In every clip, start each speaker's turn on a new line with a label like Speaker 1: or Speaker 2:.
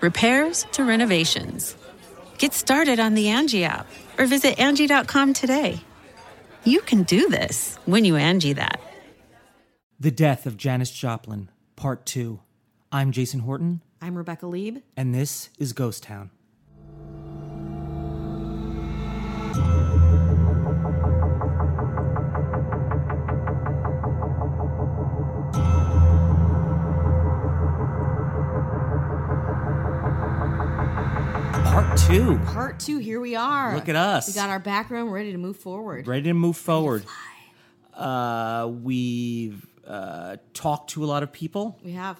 Speaker 1: repairs to renovations. Get started on the Angie app or visit Angie.com today. You can do this when you Angie that.
Speaker 2: The Death of Janis Joplin, Part 2. I'm Jason Horton,
Speaker 3: I'm Rebecca Lieb.
Speaker 2: and this is Ghost Town. Part 2.
Speaker 3: Part two, here we are.
Speaker 2: Look at us.
Speaker 3: We got our back room ready to move forward.
Speaker 2: Ready to move forward. Uh, we've uh, talked to a lot of people.
Speaker 3: We have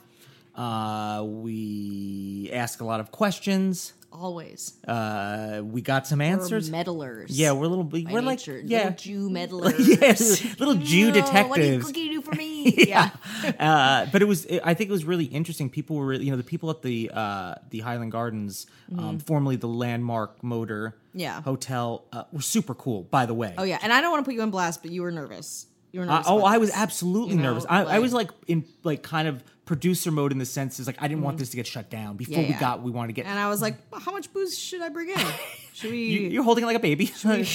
Speaker 2: Uh, we ask a lot of questions.
Speaker 3: always.
Speaker 2: Uh, we got some
Speaker 3: We're
Speaker 2: answers.
Speaker 3: meddlers.
Speaker 2: yeah, we're a little.
Speaker 3: by
Speaker 2: We're like
Speaker 3: nature.
Speaker 2: yeah,
Speaker 3: Little Jew meddlers.
Speaker 2: yeah, little Jew
Speaker 3: Oh, what do you,
Speaker 2: detectives.
Speaker 3: what can you do for me? yeah.
Speaker 2: uh, but it was. I think it was really interesting. People were, really, you know, the people at the uh, the Highland Gardens, um, formerly the Landmark Motor
Speaker 3: Mm-hmm. Yeah.
Speaker 2: Hotel, uh, were super cool. By the way,
Speaker 3: Oh yeah. And I don't want to put you on blast, but you were nervous. You were
Speaker 2: Uh,
Speaker 3: nervous.
Speaker 2: oh,
Speaker 3: about
Speaker 2: I was
Speaker 3: this.
Speaker 2: absolutely
Speaker 3: You know,
Speaker 2: nervous. I, I
Speaker 3: like-
Speaker 2: was like in like kind of producer mode in the sense is like I didn't want this to get shut down. Before
Speaker 3: Mm-hmm. Yeah,
Speaker 2: we
Speaker 3: yeah.
Speaker 2: got, we wanted to get.
Speaker 3: And I was like, well, how much booze should I bring in? Should we?
Speaker 2: you, you're holding it like a baby.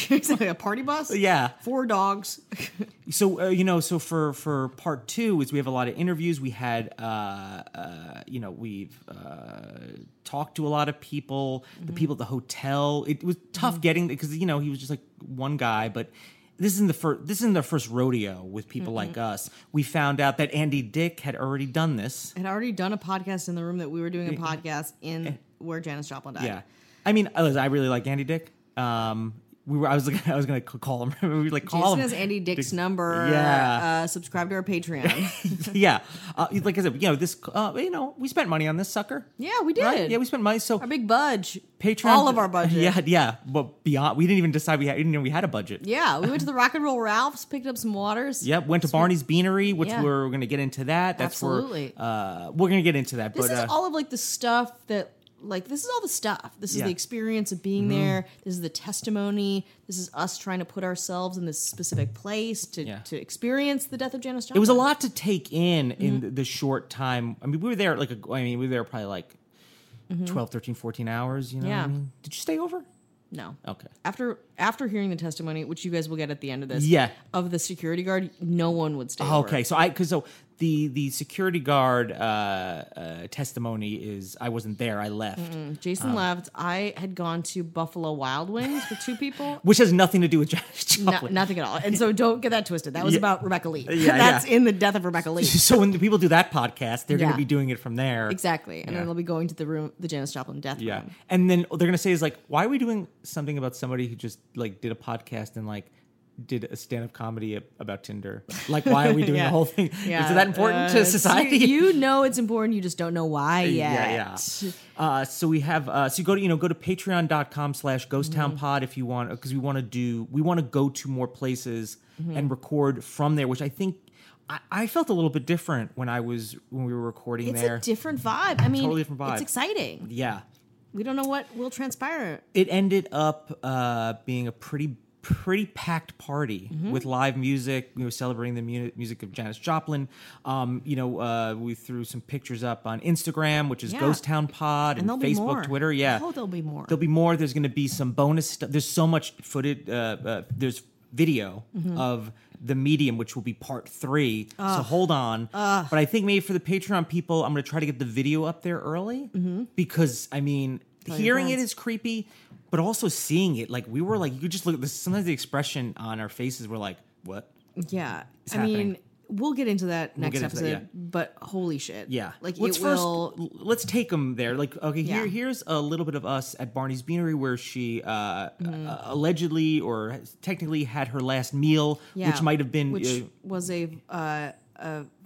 Speaker 3: it's like a party bus.
Speaker 2: Yeah.
Speaker 3: Four dogs.
Speaker 2: so uh, you know so for for part two is we have a lot of interviews we had uh, uh you know we've uh talked to a lot of people the people at the hotel it was tough getting because you know he was just like one guy but this isn't the first this isn't their first rodeo with people like us we found out that andy dick had already done this
Speaker 3: I'd already done a podcast in the room that we were doing a podcast in where Janis Joplin died.
Speaker 2: yeah i mean i, I really like andy dick um we were i was like i was gonna call him we were like call
Speaker 3: Jason
Speaker 2: him
Speaker 3: has Andy Dick's number.
Speaker 2: Yeah.
Speaker 3: Uh, subscribe to our Patreon.
Speaker 2: yeah, uh, like I said, you know this. Uh, you know, we spent money on this sucker.
Speaker 3: Yeah, we
Speaker 2: Right?
Speaker 3: did.
Speaker 2: Yeah, we spent money. So
Speaker 3: our big budge.
Speaker 2: Patreon,
Speaker 3: All of our budget.
Speaker 2: Yeah, yeah, but beyond, we didn't even decide we had. We didn't know we had a budget.
Speaker 3: Yeah, we went to the Rock and Roll Ralphs, picked up some waters.
Speaker 2: Yep, went to Barney's Beanery, which
Speaker 3: Yeah.
Speaker 2: we're going to get into that. That's
Speaker 3: Absolutely.
Speaker 2: where uh, we're going to get into that.
Speaker 3: This
Speaker 2: but
Speaker 3: is
Speaker 2: uh,
Speaker 3: all of like the stuff that like this is all the stuff. This is
Speaker 2: Yeah. Mm-hmm.
Speaker 3: the experience of being there. This is the testimony. This is us trying to put ourselves in this specific place to
Speaker 2: Yeah.
Speaker 3: to experience the death of Janis Joplin.
Speaker 2: it was a lot to take in
Speaker 3: Mm-hmm.
Speaker 2: in the- the short time. I mean, we were there like a, I mean, we were there probably like twelve, thirteen, fourteen 12, 13, 14 hours. You know, what I
Speaker 3: Mm-hmm. Yeah.
Speaker 2: mean? did you stay over?
Speaker 3: No.
Speaker 2: Okay.
Speaker 3: After after hearing the testimony, which you guys will get at the end of this,
Speaker 2: Yeah.
Speaker 3: of the security guard, no one would stay.
Speaker 2: Oh,
Speaker 3: over.
Speaker 2: Okay, so I because so the the security guard uh, uh, testimony is I wasn't there. I left, Oh.
Speaker 3: Jason left. I had gone to Buffalo Wild Wings with two people.
Speaker 2: which has nothing to do with Janis
Speaker 3: No,
Speaker 2: Joplin.
Speaker 3: nothing at all. And so don't get that twisted. That was about Rebecca Lee.
Speaker 2: yeah.
Speaker 3: That's in the death of Rebecca Lee.
Speaker 2: so when the people do that podcast, they're going
Speaker 3: Yeah.
Speaker 2: to be doing it from there.
Speaker 3: Exactly. And
Speaker 2: Yeah.
Speaker 3: then they'll be going to the room, the Janis Joplin death
Speaker 2: Yeah,
Speaker 3: room.
Speaker 2: and then they're going to say is like, why are we doing something about somebody who just like did a podcast and like did a stand up comedy ab- about Tinder? Like, why are we doing
Speaker 3: Yeah.
Speaker 2: the whole thing?
Speaker 3: Yeah,
Speaker 2: Is it that important
Speaker 3: uh,
Speaker 2: to society?
Speaker 3: You, you know it's important. You just don't know why yet.
Speaker 2: Yeah, yeah. Uh, so we have uh, so you go to you know go to patreon.com slash ghost
Speaker 3: Mm-hmm.
Speaker 2: town pod if you want because we want to do we want to go to more places
Speaker 3: Mm-hmm.
Speaker 2: and record from there, which I think I, I felt a little bit different when I was when we were recording
Speaker 3: It's
Speaker 2: there.
Speaker 3: a different vibe. I mean,
Speaker 2: Totally different vibe.
Speaker 3: it's exciting.
Speaker 2: yeah.
Speaker 3: We don't know what will transpire.
Speaker 2: It ended up uh, being a pretty pretty packed party
Speaker 3: Mm-hmm.
Speaker 2: with live music. We were celebrating the mu- music of Janis Joplin. Um, you know, uh, we threw some pictures up on Instagram, which is
Speaker 3: Yeah.
Speaker 2: Ghost Town Pod, and,
Speaker 3: there'll be more.
Speaker 2: Facebook, Twitter. Yeah,
Speaker 3: Oh, there'll be more.
Speaker 2: There'll be more. There's going to be some bonus stuff. There's so much footage. Uh, uh, there's video of the medium, which will be part three. So hold on. But I think maybe for the Patreon people, I'm going to try to get the video up there early because I mean, hearing it is creepy, but also seeing it, like we were like, you could just look at this. Sometimes the expression on our faces were like, what?
Speaker 3: Yeah. I
Speaker 2: happening.
Speaker 3: mean, we'll get into that next
Speaker 2: get into
Speaker 3: episode,
Speaker 2: that,
Speaker 3: but holy shit.
Speaker 2: Yeah.
Speaker 3: Like
Speaker 2: let's
Speaker 3: it
Speaker 2: first
Speaker 3: will
Speaker 2: l- let's take them there. Like okay, here
Speaker 3: Yeah.
Speaker 2: here's a little bit of us at Barney's Beanery where she uh,
Speaker 3: Mm-hmm.
Speaker 2: uh, allegedly or has- technically had her last meal,
Speaker 3: yeah,
Speaker 2: which might have been
Speaker 3: which
Speaker 2: uh,
Speaker 3: was a uh,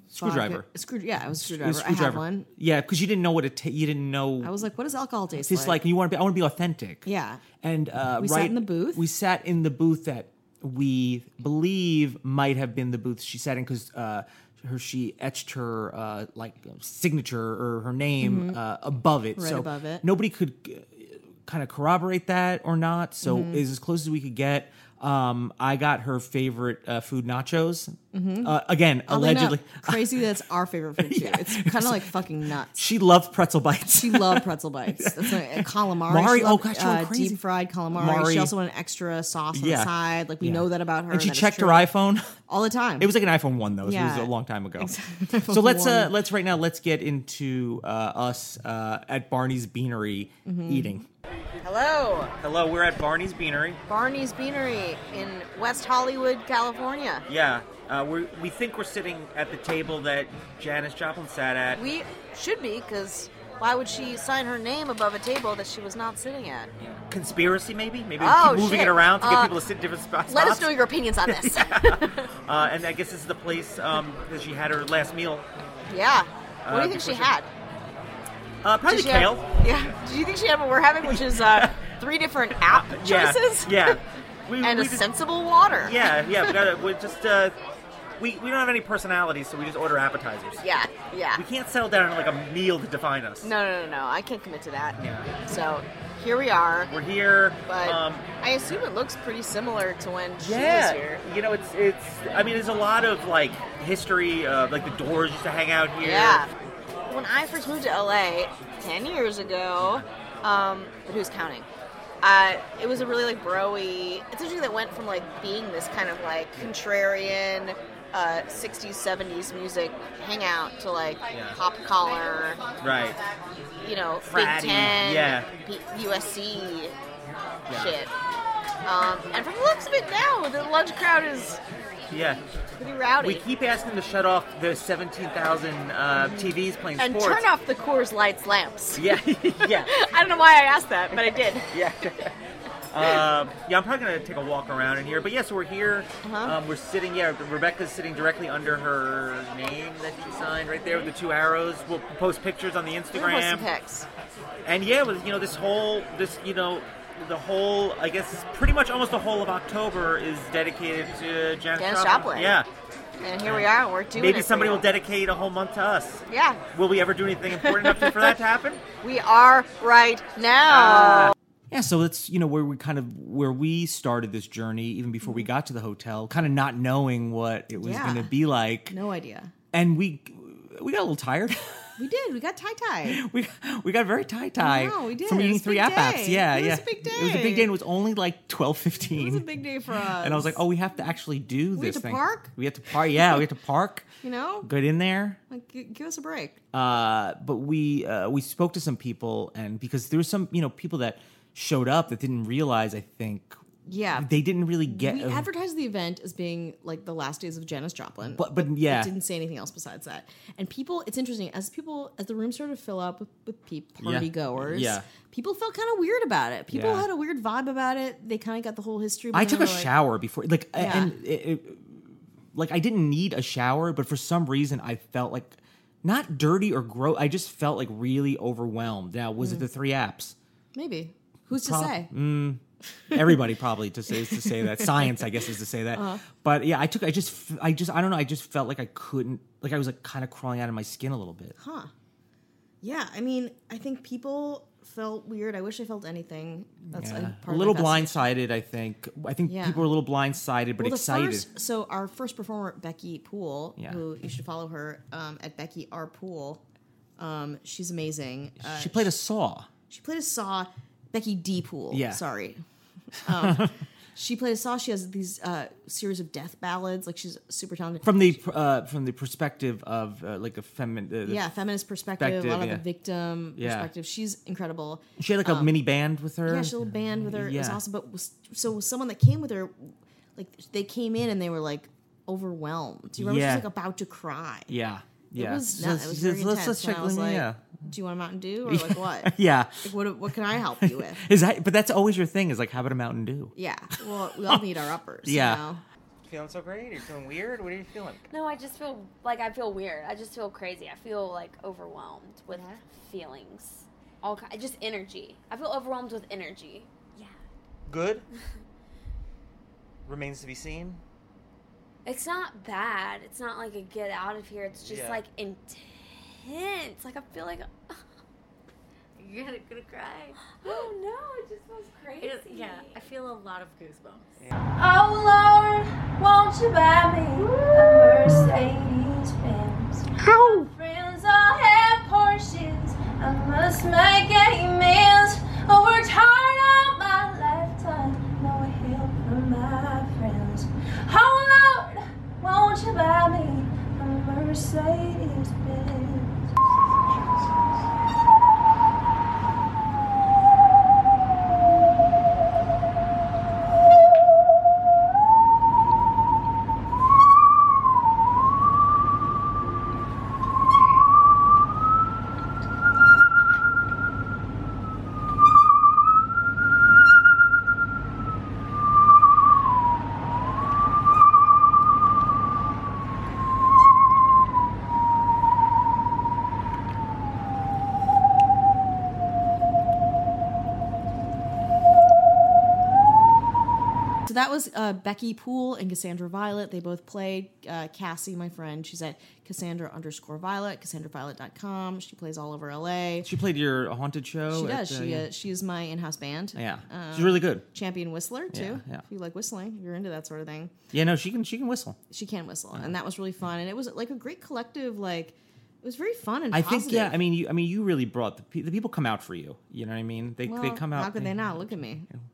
Speaker 2: screwdriver.
Speaker 3: vodka- screw yeah, it was a
Speaker 2: It
Speaker 3: screwdriver.
Speaker 2: was
Speaker 3: I had one.
Speaker 2: Yeah, because you didn't know what it ta- you didn't know.
Speaker 3: I was like, what does alcohol taste
Speaker 2: it's
Speaker 3: like?
Speaker 2: like you want to be. I want to be authentic.
Speaker 3: Yeah.
Speaker 2: And uh,
Speaker 3: We
Speaker 2: right
Speaker 3: sat in the booth.
Speaker 2: We sat in the booth that we believe might have been the booth she sat in because uh, her she etched her uh, like signature or her name uh, above it.
Speaker 3: Mm-hmm. Right
Speaker 2: so
Speaker 3: above it.
Speaker 2: nobody could uh, kind of corroborate that or not. So
Speaker 3: Mm-hmm.
Speaker 2: is as close as we could get. Um, I got her favorite uh, food nachos.
Speaker 3: Mm-hmm.
Speaker 2: Uh, again,
Speaker 3: Oddly enough,
Speaker 2: allegedly,
Speaker 3: crazy that's our favorite food too. It's kind of like fucking nuts.
Speaker 2: she loved pretzel bites.
Speaker 3: She loved pretzel bites. That's like a calamari.
Speaker 2: Mari-
Speaker 3: she
Speaker 2: oh,
Speaker 3: loved,
Speaker 2: God, she went
Speaker 3: uh,
Speaker 2: crazy.
Speaker 3: deep fried calamari. She
Speaker 2: Mari-
Speaker 3: also wanted extra sauce on
Speaker 2: Yeah.
Speaker 3: the side. Like we know that about her.
Speaker 2: and she
Speaker 3: that is
Speaker 2: checked her
Speaker 3: true.
Speaker 2: iPhone.
Speaker 3: all the time.
Speaker 2: It was like an iPhone one though. so It
Speaker 3: Yeah.
Speaker 2: was a long time ago. so let's uh, let's right now let's get into uh, us uh, at Barney's Beanery
Speaker 4: Mm-hmm.
Speaker 2: eating.
Speaker 4: Hello,
Speaker 2: Hello, we're at Barney's Beanery.
Speaker 4: Barney's Beanery in West Hollywood, California.
Speaker 2: Yeah, uh, we we think we're sitting at the table that Janice Joplin sat at.
Speaker 4: We should be, because why would she sign her name above a table that she was not sitting at?
Speaker 2: Conspiracy, maybe? Maybe
Speaker 4: Oh, shit. Uh,
Speaker 2: sit in different spots.
Speaker 4: Let us know your opinions on this.
Speaker 2: Uh, and I guess this is the place um, that she had her last meal.
Speaker 4: yeah. What
Speaker 2: Uh,
Speaker 4: do you think she
Speaker 2: before she-
Speaker 4: had?
Speaker 2: Uh, probably
Speaker 4: Did she have- yeah. Do you think she had what we're having, which is uh, three different app choices?
Speaker 2: Yeah. We,
Speaker 4: and a
Speaker 2: we just-
Speaker 4: sensible water.
Speaker 2: Yeah, yeah, we gotta. We just uh, we we don't have any personalities, so we just order appetizers.
Speaker 4: Yeah. Yeah.
Speaker 2: We can't settle down on like a meal to define us.
Speaker 4: No, no, no, no. I can't commit to that.
Speaker 2: Yeah.
Speaker 4: So here we are.
Speaker 2: We're here.
Speaker 4: But
Speaker 2: um,
Speaker 4: I assume it looks pretty similar to when she was
Speaker 2: yeah,
Speaker 4: here.
Speaker 2: you know, it's it's. I mean, there's a lot of like history. Uh, like the Doors used to hang out here.
Speaker 4: Yeah. When I first moved to LA 10 years ago, um, but who's counting? Uh, it was a really like broy. It's interesting that went from like being this kind of like contrarian uh, 60s, 70s music hangout to like
Speaker 2: Yeah.
Speaker 4: pop collar,
Speaker 2: Right.
Speaker 4: you know,
Speaker 2: Fratty,
Speaker 4: Big Ten,
Speaker 2: yeah.
Speaker 4: B- USC
Speaker 2: Yeah.
Speaker 4: shit. Um, and from the looks of it now, the lunch crowd is
Speaker 2: Yeah.
Speaker 4: pretty rowdy.
Speaker 2: We keep asking to shut off the 17,000 uh, TVs playing
Speaker 4: and
Speaker 2: sports.
Speaker 4: turn off the Coors Lights lamps.
Speaker 2: Yeah, yeah,
Speaker 4: I don't know why I asked that, but I did.
Speaker 2: yeah. Um, yeah, I'm probably gonna take a walk around in here, but yes, we're here.
Speaker 4: Uh-huh.
Speaker 2: Um, we're sitting. Yeah, Rebecca's sitting directly under her name that she signed right there with the two arrows. We'll post pictures on the
Speaker 4: We're gonna post
Speaker 2: Instagram.
Speaker 4: some pics.
Speaker 2: and yeah, with you know this whole this you know the whole I guess pretty much almost the whole of October is dedicated to Janis,
Speaker 4: Janis Joplin.
Speaker 2: Yeah,
Speaker 4: And here we are, and we're doing it
Speaker 2: maybe
Speaker 4: for
Speaker 2: somebody
Speaker 4: you.
Speaker 2: will dedicate a whole month to us.
Speaker 4: Yeah,
Speaker 2: Will we ever do anything important enough to- for that to happen?
Speaker 4: we are right now.
Speaker 2: Yeah, so that's you know where we kind of where we started this journey even before we got to the hotel, kind of not knowing what it was
Speaker 3: Mm-hmm. Yeah.
Speaker 2: going to be like,
Speaker 3: no idea.
Speaker 2: and we we got a little tired.
Speaker 3: We did. We got tie tie.
Speaker 2: we we got very tie tie.
Speaker 3: know, we did.
Speaker 2: from
Speaker 3: It
Speaker 2: eating
Speaker 3: was a
Speaker 2: three
Speaker 3: big
Speaker 2: app apps.
Speaker 3: day.
Speaker 2: Yeah,
Speaker 3: It was
Speaker 2: yeah,
Speaker 3: a big
Speaker 2: It was a big
Speaker 3: day.
Speaker 2: day, and it was only like twelve
Speaker 3: It was a
Speaker 2: fifteen.
Speaker 3: big day for us.
Speaker 2: And I was like, oh, we have to actually do
Speaker 3: We had
Speaker 2: this
Speaker 3: to
Speaker 2: thing.
Speaker 3: park?
Speaker 2: We have to park. Yeah, we have to park.
Speaker 3: you know,
Speaker 2: Get in there.
Speaker 3: like g- give us a break.
Speaker 2: Uh, but we uh, we spoke to some people, and because there was some you know people that showed up that didn't realize. I think
Speaker 3: Yeah.
Speaker 2: they didn't really get.
Speaker 3: we
Speaker 2: a-
Speaker 3: advertised the event as being like the last days of Janis Joplin,
Speaker 2: But- but yeah.
Speaker 3: it didn't say anything else besides that. And people, it's interesting as people as the room started to fill up with, with peep party goers.
Speaker 2: Yeah.
Speaker 3: people felt kind of weird about it. People
Speaker 2: Yeah.
Speaker 3: had a weird vibe about it. They kind of got the whole history.
Speaker 2: I
Speaker 3: behind
Speaker 2: took
Speaker 3: it,
Speaker 2: a
Speaker 3: like-
Speaker 2: shower before, like, a-
Speaker 3: Yeah.
Speaker 2: and it, it- like I didn't need a shower, but for some reason I felt like not dirty or gross. I just felt like really overwhelmed. Now,
Speaker 3: Mm.
Speaker 2: was it the three apps?
Speaker 3: Maybe who's
Speaker 2: Prob-
Speaker 3: to say?
Speaker 2: Everybody probably to say is to say that science, I guess, is to say that.
Speaker 3: Uh-huh.
Speaker 2: But yeah, I took. I just. f- I just. I don't know. I just felt like I couldn't. Like I was like kind of crawling out of my skin a little bit.
Speaker 3: Yeah, I mean, I think people felt weird. I wish I felt anything. That's
Speaker 2: Yeah.
Speaker 3: I think,
Speaker 2: a
Speaker 3: part of
Speaker 2: little
Speaker 3: my fascination.
Speaker 2: blindsided, I think. I think
Speaker 3: Yeah.
Speaker 2: people were a little blindsided but
Speaker 3: Well, the
Speaker 2: excited.
Speaker 3: First, so our first performer, Becky Poole,
Speaker 2: Yeah.
Speaker 3: who you should follow her um, at Becky R Poole. Um, she's amazing. Uh,
Speaker 2: she played a saw.
Speaker 3: she played a saw. Becky D Poole.
Speaker 2: Yeah.
Speaker 3: Sorry. Um, she played a saw. She has these uh, series of death ballads. Like she's super talented
Speaker 2: From the uh, from the perspective of uh, like a feminine, uh,
Speaker 3: yeah feminist perspective, a lot of
Speaker 2: Perspective,
Speaker 3: the
Speaker 2: yeah.
Speaker 3: victim
Speaker 2: Yeah.
Speaker 3: perspective. She's incredible.
Speaker 2: she had like a mini band with her.
Speaker 3: Um, Yeah, she had a little band with her. It was
Speaker 2: Yeah.
Speaker 3: awesome. But was, so was someone that came with her, like they came in and they were like overwhelmed. Do you remember
Speaker 2: Yeah.
Speaker 3: she was like about to cry?
Speaker 2: yeah, yeah.
Speaker 3: It was
Speaker 2: So
Speaker 3: nuts. It
Speaker 2: she
Speaker 3: was
Speaker 2: says,
Speaker 3: very intense. and I was like,
Speaker 2: yeah,
Speaker 3: "Do you want a Mountain Dew or like what? like,
Speaker 2: yeah.
Speaker 3: what? What can I help you with?"
Speaker 2: Is that? But that's always your thing. Is like, how about a Mountain Dew?
Speaker 3: Yeah. Well, we all need our uppers.
Speaker 2: Yeah.
Speaker 3: You know?
Speaker 5: Feeling so great? Are you feeling weird? What are you feeling?
Speaker 6: No, I just feel like I feel weird. I just feel crazy. I feel like overwhelmed with feelings. All kind, just energy. I feel overwhelmed with energy. Yeah.
Speaker 5: Good? Remains to be seen.
Speaker 6: It's not bad. It's not like a get out of here. It's just
Speaker 5: Yeah.
Speaker 6: like intense. Like I feel like
Speaker 7: You're gonna, gonna cry.
Speaker 6: oh no, it just feels crazy.
Speaker 7: It- yeah, I feel a lot of goosebumps.
Speaker 6: Oh Lord, won't you buy me a Mercedes Benz? How? Friends all have Porsches. I must make amends. I worked hard all my lifetime. No help from my friends. Oh Lord, won't you buy me a Mercedes Benz?
Speaker 3: So that was uh, Becky Poole and Cassandra Violet. They both played uh, Cassie, my friend. She's at Cassandra underscore Violet, CassandraViolet.com. She plays all over LA.
Speaker 2: She played your haunted show.
Speaker 3: She
Speaker 2: at,
Speaker 3: does.
Speaker 2: uh,
Speaker 3: she
Speaker 2: yeah.
Speaker 3: uh, she is my in-house band.
Speaker 2: Yeah,
Speaker 3: Um,
Speaker 2: she's really good.
Speaker 3: champion whistler too.
Speaker 2: Yeah, yeah.
Speaker 3: If you like whistling, if you're into that sort of thing,
Speaker 2: Yeah, no, she can she can whistle.
Speaker 3: she can whistle,
Speaker 2: Uh-huh.
Speaker 3: and that was really fun. And it was like a great collective. Like it was very fun and
Speaker 2: I think yeah.
Speaker 3: positive.
Speaker 2: I mean, you I mean, you really brought the, pe- the people come out for you. You know what I mean? They they
Speaker 3: Well,
Speaker 2: come out.
Speaker 3: How could they not look at me?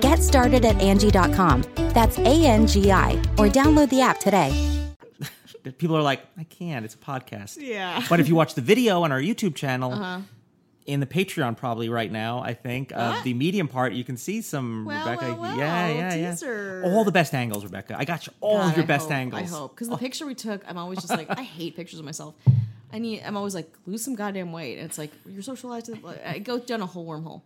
Speaker 8: Get started at Angie.com. That's A N G I, or download the app today.
Speaker 2: that people are like, I can't. It's a podcast.
Speaker 3: Yeah. Uh-huh.
Speaker 2: But if you watch the video on our YouTube channel, in the Patreon probably right now, I think of the medium part, you can see some
Speaker 3: Well,
Speaker 2: Rebecca.
Speaker 3: well,
Speaker 2: yeah,
Speaker 3: well,
Speaker 2: yeah,
Speaker 3: teaser.
Speaker 2: yeah. All the best angles, Rebecca. I got you all
Speaker 3: God,
Speaker 2: of your
Speaker 3: I
Speaker 2: best
Speaker 3: hope-
Speaker 2: angles. Oh.
Speaker 3: I hope because the picture we took, I'm always just like, I hate pictures of myself. I need. I'm always like, lose some goddamn weight, and it's like you're socialized. to the- I go down a whole wormhole.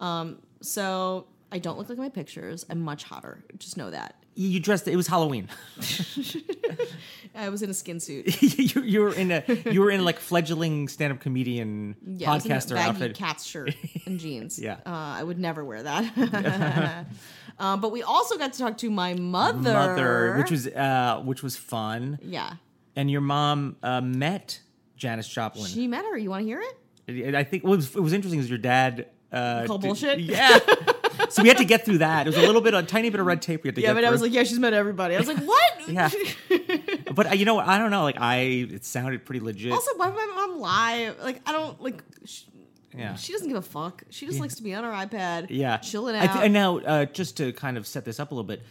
Speaker 2: Oh.
Speaker 3: Um, so I don't look like my pictures. I'm much hotter. Just know that.
Speaker 2: You you dressed. It was Halloween.
Speaker 3: I was in a skin suit.
Speaker 2: you, you were in a you were in like fledgling stand up comedian
Speaker 3: Yeah, I was in that
Speaker 2: podcaster
Speaker 3: baggy
Speaker 2: outfit.
Speaker 3: cat's shirt and jeans.
Speaker 2: Yeah.
Speaker 3: uh, I would never wear that. um, but we also got to talk to my mother,
Speaker 2: Mother, which was uh, which was fun,
Speaker 3: yeah.
Speaker 2: and your mom uh, met Janice Joplin.
Speaker 3: She met her. You want to hear it?
Speaker 2: I I think what was, it was interesting is your dad uh,
Speaker 3: Call
Speaker 2: did-
Speaker 3: bullshit?
Speaker 2: Yeah. so we had to get through that. It was a little bit, a tiny bit of red tape we had to
Speaker 3: Yeah,
Speaker 2: get.
Speaker 3: but
Speaker 2: through.
Speaker 3: I was like, yeah, she's met everybody. I was like, what?
Speaker 2: Yeah. but uh, you know, what? I don't know. Like, I it sounded pretty legit.
Speaker 3: Also, why would my mom lie? Like, I don't like. She,
Speaker 2: yeah.
Speaker 3: she doesn't give a fuck. She just likes to be on her iPad.
Speaker 2: yeah,
Speaker 3: chilling
Speaker 2: I
Speaker 3: out.
Speaker 2: thi- and now, uh, just to kind of set this up a little bit,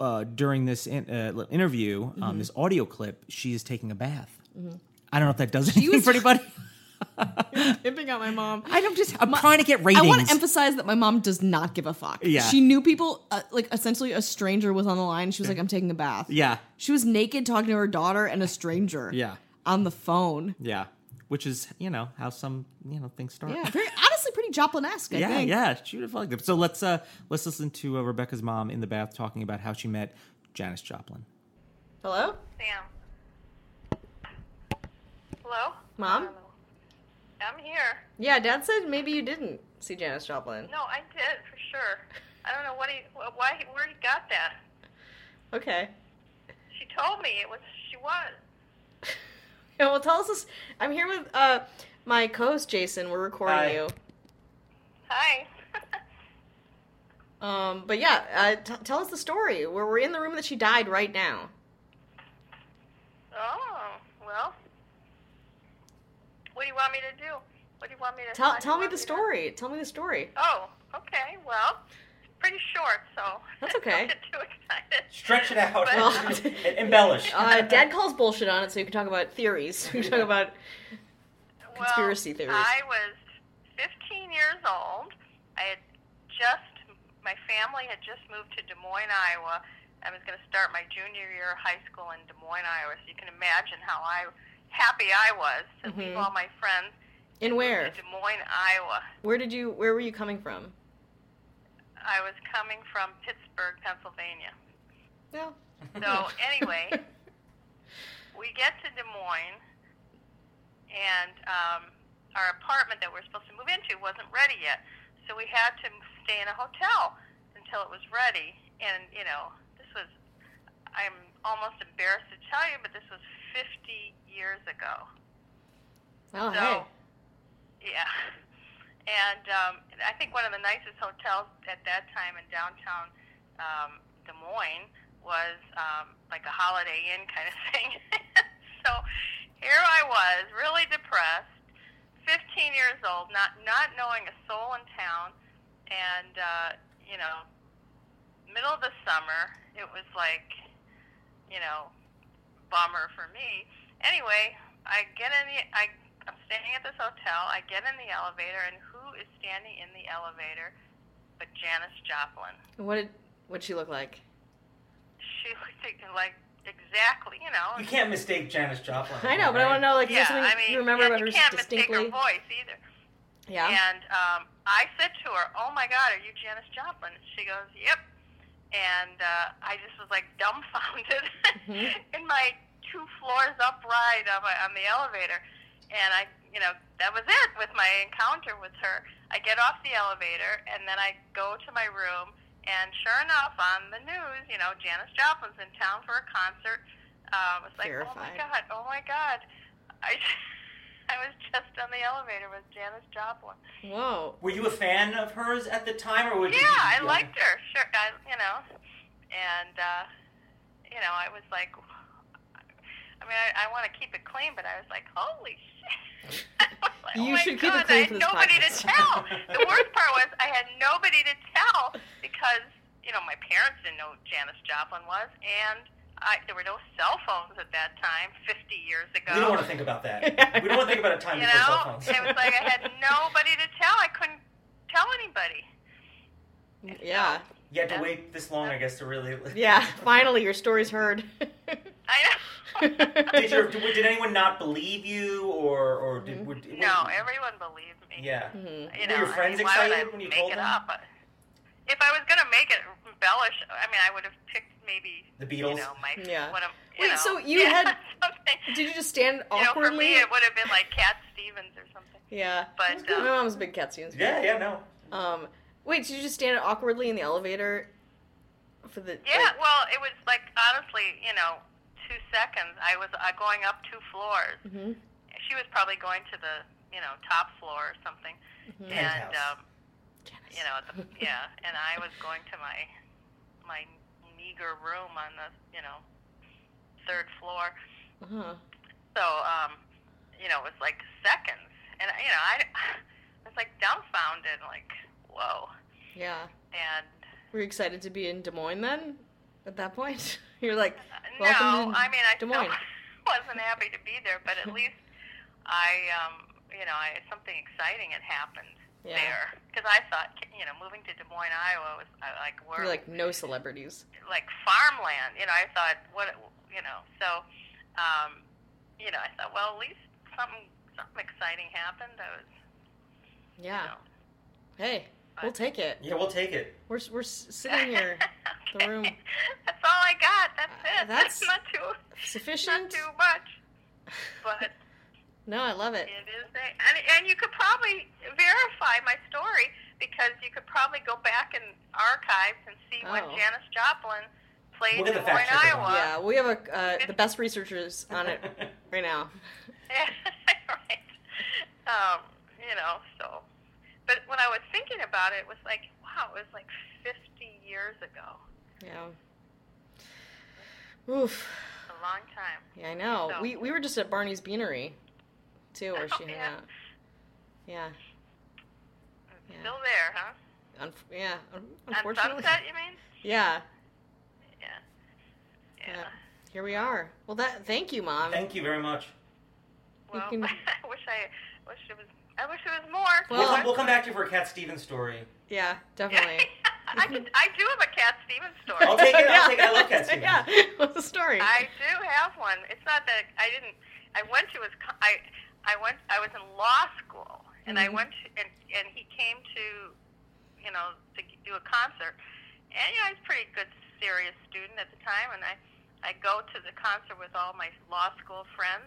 Speaker 2: uh, during this in, uh, li- interview,
Speaker 3: Mm-hmm.
Speaker 2: um, this audio clip, she is taking a bath. I don't know if that does anything
Speaker 3: was-
Speaker 2: for anybody.
Speaker 3: pimping out my mom.
Speaker 2: I don't just. I'm trying to get ratings.
Speaker 3: I want to emphasize that my mom does not give a fuck.
Speaker 2: Yeah.
Speaker 3: She knew people, uh, like, essentially a stranger was on the line. She was like, I'm taking a bath.
Speaker 2: yeah,
Speaker 3: She was naked talking to her daughter and a stranger.
Speaker 2: Yeah.
Speaker 3: On the phone.
Speaker 2: yeah. which is you know how some you know things start.
Speaker 9: Yeah, very honestly, pretty Joplin-esque. I
Speaker 2: yeah,
Speaker 9: think.
Speaker 2: yeah, she would have liked it. So let's uh let's listen to uh, Rebecca's mom in the bath talking about how she met Janis Joplin.
Speaker 3: Hello,
Speaker 6: Sam. Hello?
Speaker 3: mom.
Speaker 6: I'm here.
Speaker 3: Yeah, Dad said maybe you didn't see Janis Joplin.
Speaker 6: No, I did for sure. I don't know what he, wh- why, he- where he got that.
Speaker 3: Okay.
Speaker 6: She told me it was she was.
Speaker 3: Yeah, well, tell us. This. I'm here with uh my co-host Jason. We're recording
Speaker 5: Hi.
Speaker 3: you.
Speaker 6: Hi.
Speaker 3: Um, but yeah, uh, t- tell us the story. We're we're in the room that she died right now.
Speaker 6: oh well. What do you want me to do? What do you want me to
Speaker 3: Tell
Speaker 6: how do
Speaker 3: tell
Speaker 6: you
Speaker 3: me
Speaker 6: want
Speaker 3: the
Speaker 6: to-
Speaker 3: story. Tell me the story.
Speaker 6: Oh, okay. Well, it's pretty short, so
Speaker 3: That's okay.
Speaker 6: Don't get too excited.
Speaker 5: Stretch it out.
Speaker 6: Well-
Speaker 5: Embellish.
Speaker 3: Uh, Dad calls bullshit on it, so you can talk about theories. You can talk about Conspiracy
Speaker 6: well,
Speaker 3: theories.
Speaker 6: I was 15 years old. I had just, my family had just moved to Des Moines, Iowa. I was going to start my junior year of high school in Des Moines, Iowa. So you can imagine how I happy I was to leave
Speaker 3: Mm-hmm.
Speaker 6: all my friends
Speaker 3: in where.
Speaker 6: to Des Moines, Iowa.
Speaker 3: Where did you? Where were you coming from?
Speaker 6: I was coming from Pittsburgh, Pennsylvania.
Speaker 3: No.
Speaker 6: So anyway, we get to Des Moines, and um, our apartment that we're supposed to move into wasn't ready yet, so we had to stay in a hotel until it was ready. And you know, Oh, this was I'm almost embarrassed to tell you, but this was 50 years ago.
Speaker 3: Oh,
Speaker 6: So,
Speaker 3: hey.
Speaker 6: yeah. And um, I think one of the nicest hotels at that time in downtown um, Des Moines was um, like a Holiday Inn kind of thing. so here I was, really depressed, 15 years old, not not knowing a soul in town, and uh, you know, middle of the summer. It was like, you know, bummer for me. Anyway, I get in the I I'm staying at this hotel. I get in the elevator, and who is standing in the elevator? But Janice Joplin.
Speaker 3: What did what she look like?
Speaker 6: She looked at- like exactly, you know.
Speaker 5: You can't mistake Janis Joplin.
Speaker 3: I know, but I want to know like is there
Speaker 6: yeah,
Speaker 3: something
Speaker 6: I mean,
Speaker 3: you remember
Speaker 6: yeah,
Speaker 3: about her
Speaker 6: you can't
Speaker 3: distinctly.
Speaker 6: mistake her voice either.
Speaker 3: yeah.
Speaker 6: And um, I said to her, "Oh my God, are you Janis Joplin?" She goes, "Yep." And uh, I just was like dumbfounded in my two floors up ride on, my, on the elevator, and I, you know, that was it with my encounter with her. I get off the elevator and then I go to my room, and sure enough, on the news, you know, Janis Joplin's in town for a concert. Uh, I was like, "Oh my
Speaker 3: Terrified.
Speaker 6: God! Oh my God!" I, I was just on the elevator with Janis Joplin.
Speaker 3: Whoa.
Speaker 5: Were you a fan of hers at the time, or would you?
Speaker 6: Yeah, I liked her. Sure, I, you know, and uh, you know, I was like, I mean, I, I want to keep it clean, but I was like, holy shit. I was like,
Speaker 3: You
Speaker 6: oh my
Speaker 3: should keep it
Speaker 6: God,
Speaker 3: clean
Speaker 6: I had
Speaker 3: for this
Speaker 6: nobody
Speaker 3: podcast.
Speaker 6: to tell. The worst part was I had nobody to tell because you know my parents didn't know who Janis Joplin was, and I, there were no cell phones at that time, 50 years ago.
Speaker 5: We don't want to think about that. We don't want to think about a time
Speaker 6: You
Speaker 5: before
Speaker 6: know,
Speaker 5: cell phones.
Speaker 6: it was like I had nobody to tell. I couldn't tell anybody.
Speaker 3: Yeah.
Speaker 5: you had to wait this long, I guess, to really.
Speaker 3: Yeah. Finally, your story's heard.
Speaker 6: I know.
Speaker 5: Did, your, did anyone not believe you, or or
Speaker 3: Mm-hmm.
Speaker 5: did? Would,
Speaker 6: no, everyone believed me.
Speaker 5: Yeah.
Speaker 6: You
Speaker 5: Were
Speaker 6: know,
Speaker 5: your friends
Speaker 6: I mean, why would
Speaker 5: excited
Speaker 6: I
Speaker 5: when you
Speaker 6: make
Speaker 5: told
Speaker 6: it
Speaker 5: them?
Speaker 6: up? If I was gonna make it embellish, I mean, I would have picked maybe
Speaker 5: The Beatles?
Speaker 6: You know, my
Speaker 3: Yeah.
Speaker 6: one of-
Speaker 3: Wait,
Speaker 6: you know,
Speaker 3: so you
Speaker 6: yeah,
Speaker 3: had-
Speaker 6: something.
Speaker 3: Did you just stand
Speaker 6: you know, for
Speaker 3: awkwardly?
Speaker 6: me, it would have been like Cat Stevens or something.
Speaker 3: yeah.
Speaker 6: But
Speaker 3: My
Speaker 6: uh,
Speaker 3: mom's a big cat fan.
Speaker 5: Yeah, yeah, no.
Speaker 3: Um. Wait, did you just stand awkwardly in the elevator? For the
Speaker 6: yeah,
Speaker 3: like-
Speaker 6: well, it was like honestly, you know, two seconds. I was uh, going up two floors.
Speaker 3: Mhm.
Speaker 6: She was probably going to the you know top floor or something, and.
Speaker 5: Penthouse.
Speaker 6: Um, you know, the, yeah. And I was going to my my meager room on the you know third floor,
Speaker 3: Uh-huh.
Speaker 6: so um, you know, it was like seconds, and you know, I, I was like dumbfounded, like whoa,
Speaker 3: Yeah.
Speaker 6: and
Speaker 3: Were you excited to be in Des Moines then? At that point, you're like,
Speaker 6: uh,
Speaker 3: welcome
Speaker 6: no,
Speaker 3: to
Speaker 6: I mean, I
Speaker 3: Des
Speaker 6: still
Speaker 3: Moines.
Speaker 6: wasn't happy to be there, but at least I, um, you know, I something exciting had happened.
Speaker 3: Yeah.
Speaker 6: There, because I thought, you know, moving to Des Moines, Iowa was uh, like where
Speaker 3: You're like no celebrities.
Speaker 6: like farmland. You know, I thought, what, you know, so, um, you know, I thought, well, at least something, something exciting happened. I was
Speaker 3: Yeah. Hey, we'll take it.
Speaker 5: Yeah, we'll take it.
Speaker 3: We're s- we're s- sitting here, the room
Speaker 6: That's all I got. That's it.
Speaker 3: Uh, that's
Speaker 6: not too
Speaker 3: sufficient.
Speaker 6: not too much, but
Speaker 3: No, I love it.
Speaker 6: it is. a- And and you could probably verify my story because you could probably go back in archives and see when
Speaker 3: Oh.
Speaker 6: Janis Joplin played
Speaker 5: We'll get
Speaker 6: in
Speaker 5: the fact
Speaker 6: Warren,
Speaker 5: checker to
Speaker 6: Iowa.
Speaker 3: Yeah, we have a, uh, the best researchers on it right now.
Speaker 6: right. Um, you know, so. But when I was thinking about it, it was like, wow, it was like 50 years ago.
Speaker 3: Yeah. Oof.
Speaker 6: A long time.
Speaker 3: Yeah, I know.
Speaker 6: So-
Speaker 3: We we were just at Barney's Beanery, too, where she
Speaker 6: Oh,
Speaker 3: hung
Speaker 6: yeah.
Speaker 3: out. Yeah. Yeah.
Speaker 6: Still there, huh?
Speaker 3: Unf- yeah. un-
Speaker 6: On
Speaker 3: Unfortunately.
Speaker 6: Sunset, you mean?
Speaker 3: Yeah.
Speaker 6: Yeah.
Speaker 3: Yeah. Here we are. Well, that. Thank you, mom.
Speaker 5: Thank you very much.
Speaker 6: Well,
Speaker 3: can-
Speaker 6: I wish I wish it was. I wish it was more.
Speaker 5: We'll,
Speaker 3: Well-
Speaker 5: come, we'll come back to you for a Cat Stevens story.
Speaker 3: yeah, definitely.
Speaker 6: I could, I do have a Cat Stevens story.
Speaker 5: I'll take it.
Speaker 3: yeah.
Speaker 5: I'll take it. I love Cat Stevens.
Speaker 3: yeah. What's the story?
Speaker 6: I do have one. It's not that I didn't. I went to his. co- I I went. I was in law school, and I went to, and and he came to, you know, to do a concert, and you know, I was a pretty good serious student at the time, and I I go to the concert with all my law school friends,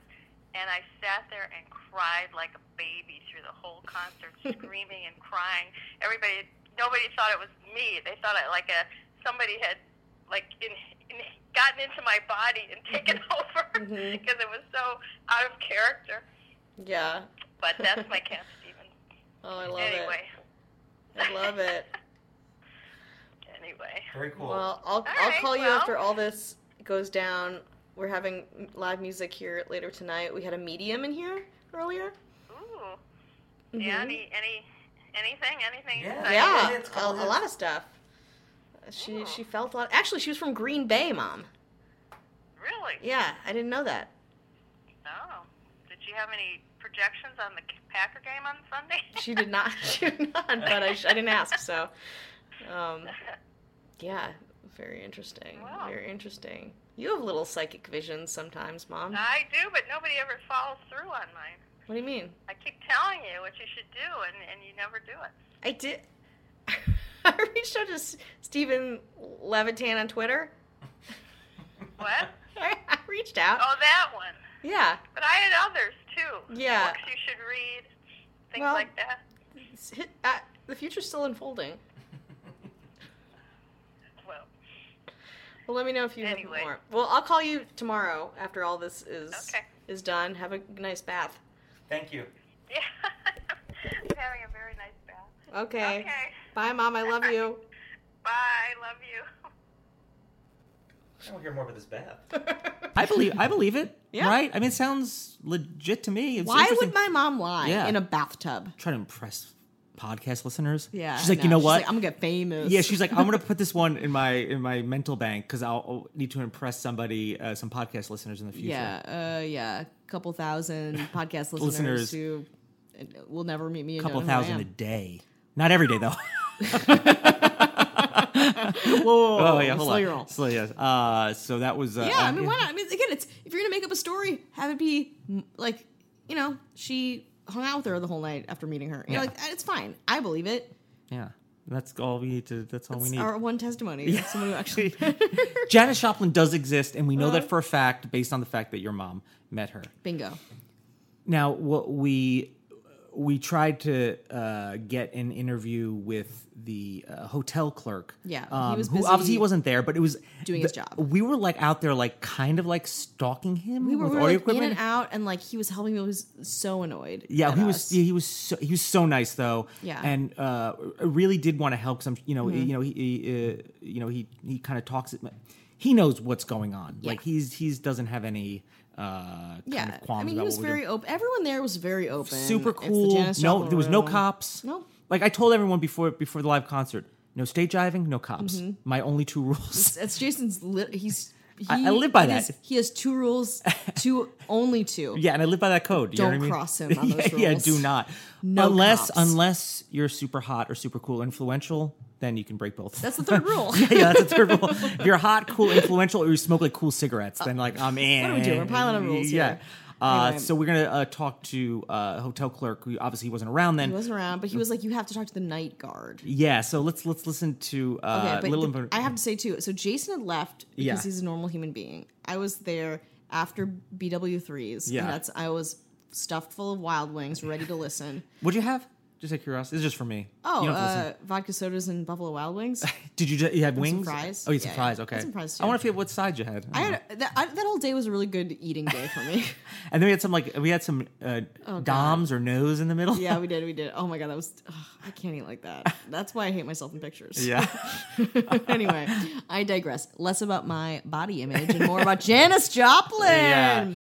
Speaker 6: and I sat there and cried like a baby through the whole concert, screaming and crying. Everybody, nobody thought it was me. They thought it like a somebody had like in, in gotten into my body and taken over because it was so out of character.
Speaker 3: Yeah.
Speaker 6: But that's my cat Steven.
Speaker 3: Oh, I love
Speaker 6: anyway,
Speaker 3: it. I love it.
Speaker 6: anyway,
Speaker 5: Very cool.
Speaker 3: Well, I'll I'll
Speaker 6: right,
Speaker 3: call you
Speaker 6: well.
Speaker 3: after all this goes down. We're having m- live music here later tonight. We had a medium in here earlier.
Speaker 6: ooh, yeah, any any anything, anything.
Speaker 5: Yeah.
Speaker 6: exciting?
Speaker 3: Mm-hmm. yeah,
Speaker 5: hits,
Speaker 3: a,
Speaker 5: couple
Speaker 3: a
Speaker 5: hits.
Speaker 3: lot of stuff. She
Speaker 6: Oh.
Speaker 3: she felt a lot. Actually, she was from Green Bay, mom.
Speaker 6: Really?
Speaker 3: Yeah, I didn't know that.
Speaker 6: Oh, did you have any projections on the Packer game on Sunday?
Speaker 3: She did not. She did not. But I, sh- I didn't ask. So, um, yeah, very interesting.
Speaker 6: Wow.
Speaker 3: Very interesting. You have little psychic visions sometimes, mom.
Speaker 6: I do, but nobody ever follows through on mine.
Speaker 3: What do you mean?
Speaker 6: I keep telling you what you should do, and, and you never do it.
Speaker 3: I did. I reached out to S- Stephen Levitan on Twitter.
Speaker 6: What?
Speaker 3: I, I reached out.
Speaker 6: oh, that one.
Speaker 3: Yeah,
Speaker 6: But I had others too.
Speaker 3: Yeah.
Speaker 6: Books you should read, things
Speaker 3: Well-
Speaker 6: like that.
Speaker 3: S- uh, the future's still unfolding.
Speaker 6: Well,
Speaker 3: Well, let me know if you
Speaker 6: Anyway.
Speaker 3: have more. Well, I'll call you tomorrow after all this is
Speaker 6: Okay.
Speaker 3: is done. Have a nice bath.
Speaker 5: Thank you.
Speaker 6: yeah. I'm having a very nice bath.
Speaker 3: Okay.
Speaker 6: Okay.
Speaker 3: Bye, mom. I love you.
Speaker 6: Bye. Love you.
Speaker 5: I want to hear more about this bath.
Speaker 2: I believe I believe it.
Speaker 3: Yeah.
Speaker 2: Right? I mean, it sounds legit to me. It's
Speaker 3: Why
Speaker 2: interesting.
Speaker 3: would my mom lie
Speaker 2: Yeah.
Speaker 3: in a bathtub?
Speaker 2: try to impress podcast listeners?
Speaker 3: Yeah.
Speaker 2: She's like,
Speaker 3: no,
Speaker 2: you know what?
Speaker 3: like, I'm gonna get famous.
Speaker 2: yeah, she's like, I'm gonna put this one in my in my mental bank because I'll need to impress somebody, uh, some podcast listeners in the future.
Speaker 3: Yeah, uh, yeah, a couple thousand podcast listeners,
Speaker 2: Listeners.
Speaker 3: who will never meet me.
Speaker 2: a
Speaker 3: and
Speaker 2: couple
Speaker 3: don't know who I
Speaker 2: thousand a
Speaker 3: am.
Speaker 2: day, not every day though.
Speaker 3: Whoa,
Speaker 2: oh yeah, hold
Speaker 3: slow
Speaker 2: on.
Speaker 3: your roll.
Speaker 2: So yes, uh, so that was uh,
Speaker 3: Yeah, I mean, why not? I mean, again, it's if you're gonna make up a story, have it be mm, like, you know, she hung out with her the whole night after meeting her. You're
Speaker 2: Yeah.
Speaker 3: like, it's fine. I believe it.
Speaker 2: Yeah, that's all we need to. That's all
Speaker 3: It's
Speaker 2: we need.
Speaker 3: our one testimony. of Someone who actually.
Speaker 2: Janis Joplin does exist, and we know
Speaker 3: Uh-huh.
Speaker 2: that for a fact based on the fact that your mom met her.
Speaker 3: Bingo.
Speaker 2: Now, what we we tried to uh, get an interview with the uh, hotel clerk.
Speaker 3: Yeah, he
Speaker 2: um,
Speaker 3: was
Speaker 2: who
Speaker 3: busy
Speaker 2: obviously wasn't there, but it was
Speaker 3: doing his job.
Speaker 2: We were like out there, like kind of like stalking him
Speaker 3: We were,
Speaker 2: with
Speaker 3: we were,
Speaker 2: audio
Speaker 3: like, in
Speaker 2: equipment.
Speaker 3: and out, and like he was helping me. He was so annoyed.
Speaker 2: Yeah,
Speaker 3: at
Speaker 2: he
Speaker 3: us.
Speaker 2: was yeah, he was so, he was so nice though.
Speaker 3: Yeah. Mm-hmm.
Speaker 2: and uh, really did want to help. Some you know you know he, he uh, you know he he kind of talks. It, he knows what's going on. Like he's he's doesn't have any uh, kind
Speaker 3: yeah.
Speaker 2: of qualms.
Speaker 3: I mean, he
Speaker 2: about
Speaker 3: was
Speaker 2: what we're doing.
Speaker 3: very open. Everyone there was very open.
Speaker 2: super
Speaker 3: It's the
Speaker 2: cool.
Speaker 3: Janis
Speaker 2: no,
Speaker 3: Joplin
Speaker 2: there was no
Speaker 3: room.
Speaker 2: cops.
Speaker 3: No.
Speaker 2: like I told everyone before before the live concert, no stage diving, no cops.
Speaker 3: Mm-hmm.
Speaker 2: My only two rules.
Speaker 3: That's Jason's. Lit, he's. He,
Speaker 2: I- I live by
Speaker 3: he
Speaker 2: that.
Speaker 3: has- he has two rules, two only two.
Speaker 2: yeah, and I live by that code. You know what
Speaker 3: Don't
Speaker 2: I mean?
Speaker 3: cross him on those
Speaker 2: yeah, yeah,
Speaker 3: rules.
Speaker 2: do not.
Speaker 3: No
Speaker 2: unless
Speaker 3: cops.
Speaker 2: unless you're super hot or super cool, or influential, then you can break both.
Speaker 3: That's the third rule.
Speaker 2: yeah, that's a third rule. If you're hot, cool, influential, or you smoke like cool cigarettes, then like I'm in.
Speaker 3: are we doing? We're piling on rules
Speaker 2: Yeah.
Speaker 3: here.
Speaker 2: Uh,
Speaker 3: Anyway.
Speaker 2: So we're gonna uh, talk to uh, hotel clerk who obviously wasn't around then.
Speaker 3: He wasn't around, but he was like, "You have to talk to the night guard."
Speaker 2: Yeah, so let's let's listen to uh,
Speaker 3: okay, but
Speaker 2: little.
Speaker 3: the-
Speaker 2: Inver-
Speaker 3: I have to say too. So Jason had left because
Speaker 2: Yeah.
Speaker 3: he's a normal human being. I was there after BW threes.
Speaker 2: Yeah.
Speaker 3: and that's I was stuffed full of Wild Wings, ready to listen.
Speaker 2: What'd you have? Just out of curiosity, it's just for me.
Speaker 3: Oh,
Speaker 2: You don't have to listen.
Speaker 3: uh, vodka sodas and Buffalo Wild Wings.
Speaker 2: did you just, you had
Speaker 3: some
Speaker 2: wings?
Speaker 3: fries.
Speaker 2: Oh, you had some
Speaker 3: Yeah,
Speaker 2: fries.
Speaker 3: yeah.
Speaker 2: Okay,
Speaker 3: Had some fries,
Speaker 2: I
Speaker 3: too.
Speaker 2: want to feel what side you had.
Speaker 3: I had that, I, that whole day was a really good eating day for me.
Speaker 2: Mm-hmm. and then we had some like we had some uh,
Speaker 3: Oh, God.
Speaker 2: doms or nose in the middle.
Speaker 3: yeah, we did, we did. Oh my god, that was ugh, I can't eat like that. That's why I hate myself in pictures.
Speaker 2: Yeah.
Speaker 3: anyway, I digress. Less about my body image and more about Janice Joplin.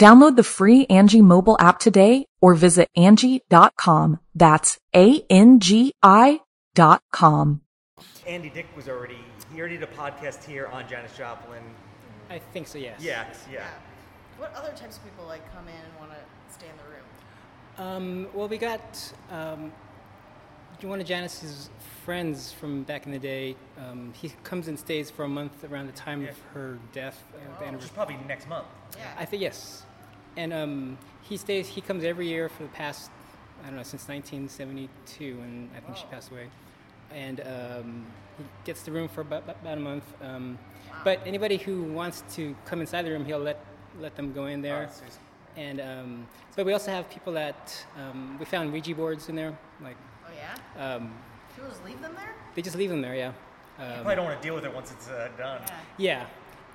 Speaker 10: Download the free Angie mobile app today or visit Angie.com. That's A-N-G-I dot com.
Speaker 5: Andy Dick was already he already did a podcast here on Janis Joplin.
Speaker 11: I think so, yes.
Speaker 5: Yes, yeah.
Speaker 4: What other types of people like come in and want to stay in the room?
Speaker 11: Um, well, we got um, one of Janice's friends from back in the day. Um, he comes and stays for a month around the time of her death. uh, the
Speaker 5: Which is
Speaker 11: anniversary.
Speaker 5: probably next month.
Speaker 11: I think yes, and um, he stays. He comes every year for the past I don't know since 1972, and I think she passed away. And um, he gets the room for about, about a month. Um, But anybody who wants to come inside the room, he'll let let them go
Speaker 4: Oh,
Speaker 11: in there. and um, but we also have people that um, we found Ouija boards in there. Like
Speaker 4: Oh yeah.
Speaker 11: um,
Speaker 4: People just leave them there.
Speaker 11: they just leave them there, yeah. Um,
Speaker 5: You probably don't want to deal with it once it's uh, done.
Speaker 11: Yeah.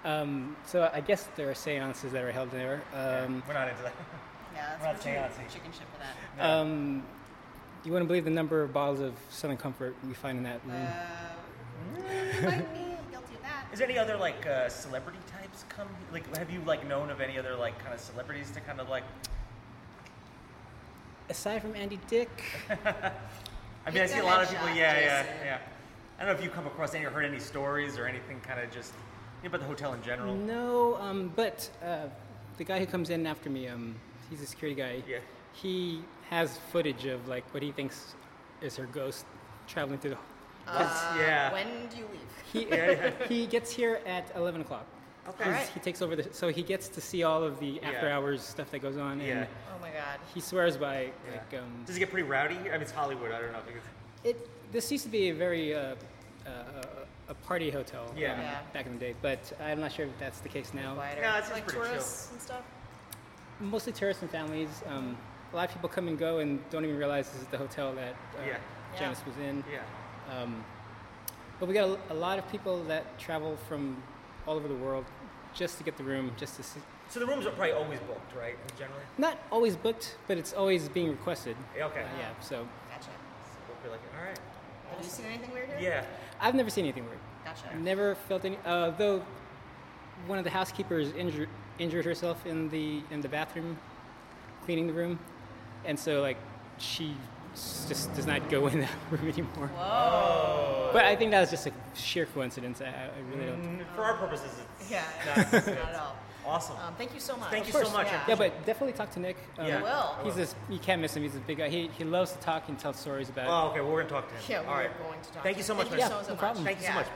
Speaker 11: Um, so I guess there are seances that are held there. Um,
Speaker 5: We're not into that.
Speaker 4: Yeah,
Speaker 5: We're not
Speaker 4: that's what
Speaker 5: seancing.
Speaker 4: you chicken shit for that.
Speaker 11: Um, you wouldn't believe the number of bottles of Southern Comfort we find in that room.
Speaker 5: Is there any other like uh, celebrity types come? Like, have you like known of any other like kind of celebrities to kind of like?
Speaker 11: Aside from Andy Dick,
Speaker 5: I mean, I
Speaker 11: Hit
Speaker 5: see a
Speaker 11: the
Speaker 5: lot of
Speaker 11: headshot,
Speaker 5: people. Yeah, yeah,
Speaker 11: Jason.
Speaker 5: yeah. I don't know if you come across any or heard any stories or anything kind of just you know, about the hotel in general.
Speaker 11: no. Um, but uh, the guy who comes in after me, um, he's a security guy. Yeah. He has footage of like what he thinks is her ghost traveling through the.
Speaker 4: Uh,
Speaker 11: yeah.
Speaker 4: When do you leave?
Speaker 11: He, he gets here at 11 o'clock.
Speaker 4: Okay.
Speaker 11: He's-
Speaker 4: Alright.
Speaker 11: He takes over the, so he gets to see all of the after hours stuff that goes on.
Speaker 5: Yeah.
Speaker 11: And
Speaker 4: Oh my god.
Speaker 11: he swears by like um,
Speaker 5: Does it get pretty rowdy here? I mean, it's Hollywood. I don't know. If it's,
Speaker 11: It, this used to be a very uh, uh, a party hotel um,
Speaker 5: Yeah. Yeah.
Speaker 11: back in the day, but I'm not sure if that's the case now.
Speaker 5: No, it's just
Speaker 4: like
Speaker 5: pretty chill.
Speaker 4: tourists and stuff.
Speaker 11: Mostly tourists and families. Um, a lot of people come and go and don't even realize this is the hotel that uh,
Speaker 5: Yeah.
Speaker 4: Yeah.
Speaker 11: Janice was in.
Speaker 5: Yeah.
Speaker 11: Um, but we got a, a lot of people that travel from all over the world just to get the room, just to see.
Speaker 5: so the rooms are probably always booked, right? Generally.
Speaker 11: Not always booked, but it's always being requested.
Speaker 5: Yeah, okay.
Speaker 11: Uh, yeah. So
Speaker 4: Gotcha.
Speaker 5: We'll be like, all right.
Speaker 4: Have you seen anything weird here?
Speaker 5: Yeah.
Speaker 11: I've never seen anything weird.
Speaker 4: Gotcha.
Speaker 11: Never felt any. Uh, though, one of the housekeepers injured injured herself in the in the bathroom, cleaning the room, and so like she s- just does not go in that room anymore. Whoa. But I think that was just a sheer coincidence. I, I really don't.
Speaker 5: Mm, For our purposes, it's
Speaker 4: Yeah,
Speaker 5: not,
Speaker 4: it's
Speaker 5: it's-
Speaker 4: not at all.
Speaker 5: Awesome.
Speaker 4: Um, thank you so much.
Speaker 5: Thank you so much.
Speaker 11: Yeah, but definitely talk to Nick. Um,
Speaker 5: Yeah, I will.
Speaker 11: He's this. You can't miss him. He's a big guy. He, he loves to talk and tell stories about.
Speaker 5: Oh, okay. Well, we're gonna talk to him.
Speaker 4: Yeah, we
Speaker 5: All
Speaker 4: are
Speaker 5: right.
Speaker 4: going to talk
Speaker 5: Thank
Speaker 4: to
Speaker 5: you so
Speaker 4: him.
Speaker 5: much.
Speaker 4: Thank you
Speaker 5: man.
Speaker 4: so, so much.
Speaker 5: Thank you so
Speaker 4: Yeah.
Speaker 5: much.